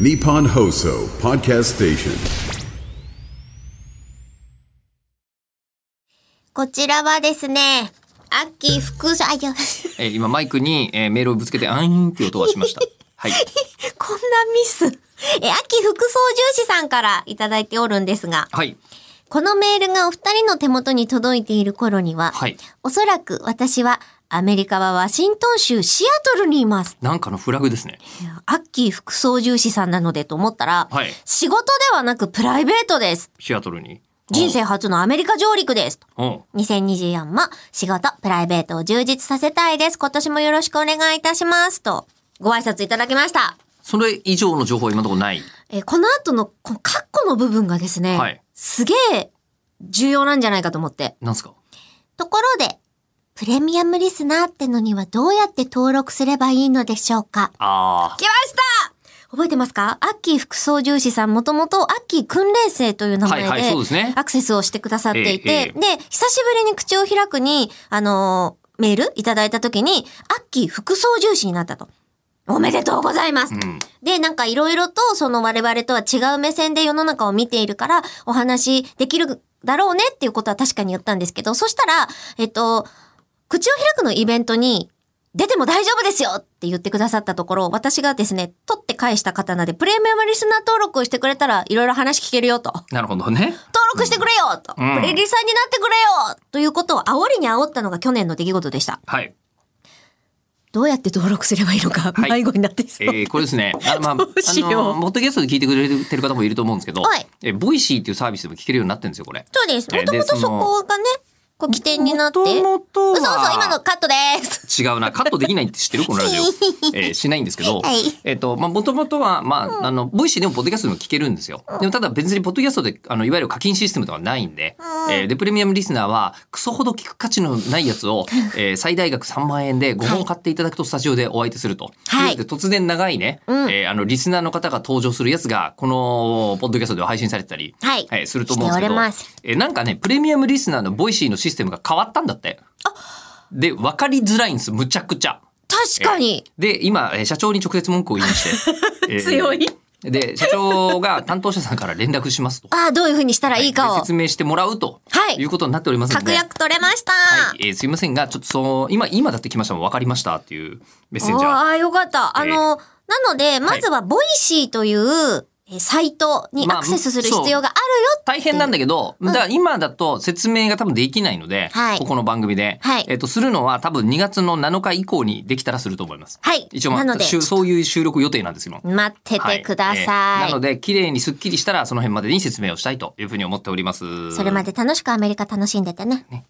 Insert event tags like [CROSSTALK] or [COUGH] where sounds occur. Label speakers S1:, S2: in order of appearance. S1: Nippon Hoso Podcast Station.
S2: こちらはですね、アッキー副社、あ、いや、こんな [LAUGHS]
S3: えー今マイクに、えーメールをぶつけてアイーンっていう音がし
S2: [LAUGHS]
S3: ました。はい。
S2: ミス。え、アッキー副操縦士さんからいただいておるんですが、
S3: はい。
S2: このメールがお二人の手元に届いている頃には、
S3: はい
S2: おそらく私はアメリカはワシントン州シアトルにいます。
S3: なんかのフラグですね。
S2: アッキー副操縦士さんなのでと思ったら、
S3: はい
S2: 仕事ではなくプライベートです。
S3: シアトルに。
S2: 人生初のアメリカ上陸です。
S3: うん。うん。
S2: 2024も仕事、プライベートを充実させたいです。今年もよろしくお願いいたします。と、ご挨拶いただきました。
S3: それ以上の情報は今のところない。
S2: えーこの後の、このカッコの部分がですね、
S3: はい
S2: すげえ重要なんじゃないかと思って。
S3: なんすか
S2: ところで、プレミアムリスナーってのにはどうやって登録すればいいのでしょうか
S3: あ
S2: 来ました覚えてますかアッキー副操縦士さんもともとアッキー訓練生という名前で、
S3: はいはいそうですね
S2: アクセスをしてくださっていて、
S3: ええええ
S2: で、久しぶりに口を開くに、あのーメールいただいた時に、アッキー副操縦士になったと。おめでとうございます、
S3: あ。うん。
S2: で、なんかいろいろとその我々とは違う目線で世の中を見ているからお話できるだろうねっていうことは確かに言ったんですけど、そしたら、えっと、口を開くのイベントに出ても大丈夫ですよって言ってくださったところ、私がですね、取って返した刀でプレミアムリスナー登録をしてくれたらいろいろ話聞けるよと。
S3: なるほどね。
S2: 登録してくれよと、
S3: うん
S2: プレリさんになってくれよということを煽りに煽ったのが去年の出来事でした。
S3: はい。
S2: どうやって登録すればいいのか、
S3: はい
S2: 迷子になって
S3: え
S2: そう。
S3: ー、これで
S2: [LAUGHS]
S3: すね。あまあ、あの、
S2: ど
S3: ポ
S2: うしよう
S3: ッドキャストで聞いてくれてる方もいると思うんですけど、
S2: はい
S3: えーボイシーっていうサービスでも聞けるようになってるんですよ、これ。
S2: そうです。
S3: え
S2: もともと
S3: で
S2: そ
S3: その
S2: こがね、こう起点になって。
S3: 元々は
S2: そうそう、今のカットです。
S3: 違うな。カットできないって知ってるこの
S2: [LAUGHS]
S3: ラジオ。えーしないんですけど。
S2: はい
S3: えっ、と、まあ、もともとは、まあ、あの、ボイシーでもポッドキャストでも聞けるんですよ。でも、ただ別にポッドキャストで、あの、いわゆる課金システムとかないんで、えーで、プレミアムリスナーは、クソほど聞く価値のないやつを、えー最大額3万円で5本買っていただくとスタジオでお相手すると。
S2: はい
S3: で、突然長いね、
S2: うん
S3: えーあの、リスナーの方が登場するやつが、この、ポッドキャストでは配信されてたり、
S2: はい
S3: すると思うんです
S2: し
S3: け
S2: てお
S3: ど、
S2: ります
S3: えーなんかね、プレミアムリスナーのボイシーのシステムが変わったんだって。で、分かりづらいんです、むちゃくちゃ。
S2: 確かに。
S3: で、今、えー社長に直接文句を言いまして。え
S2: [LAUGHS]
S3: ー
S2: 強い。
S3: で、社長が担当者さんから連絡しますと。
S2: ああ、どういう風にしたらいいか
S3: で
S2: を。
S3: 説明してもらうと、
S2: はい
S3: い、うことになっておりますので。
S2: 確約取れました。
S3: はい、えーすいませんが、ちょっとそう、今、今だって来ましたもん、分かりましたっていうメッセンジャー。
S2: ああ、よかった。あ
S3: ええ
S2: の、なので、まずはボイシーという、えサイトに
S3: まあ
S2: アクセスする
S3: そう
S2: 必要があるよ。
S3: 大変なんだけど、だから今だと説明が多分できないので、
S2: はい
S3: ここの番組で、
S2: はい
S3: えっ、と、するのは多分2月の7日以降にできたらすると思います。
S2: はい
S3: 一応、まあ
S2: なので
S3: しゅそういう収録予定なんですよ。
S2: 待って
S3: はい
S2: てくださ
S3: えー
S2: い。
S3: なので、綺麗にスッキリしたら、その辺までに説明をしたいというふうに思っております。
S2: それまで楽しくアメリカ楽しんでてね。
S3: ね。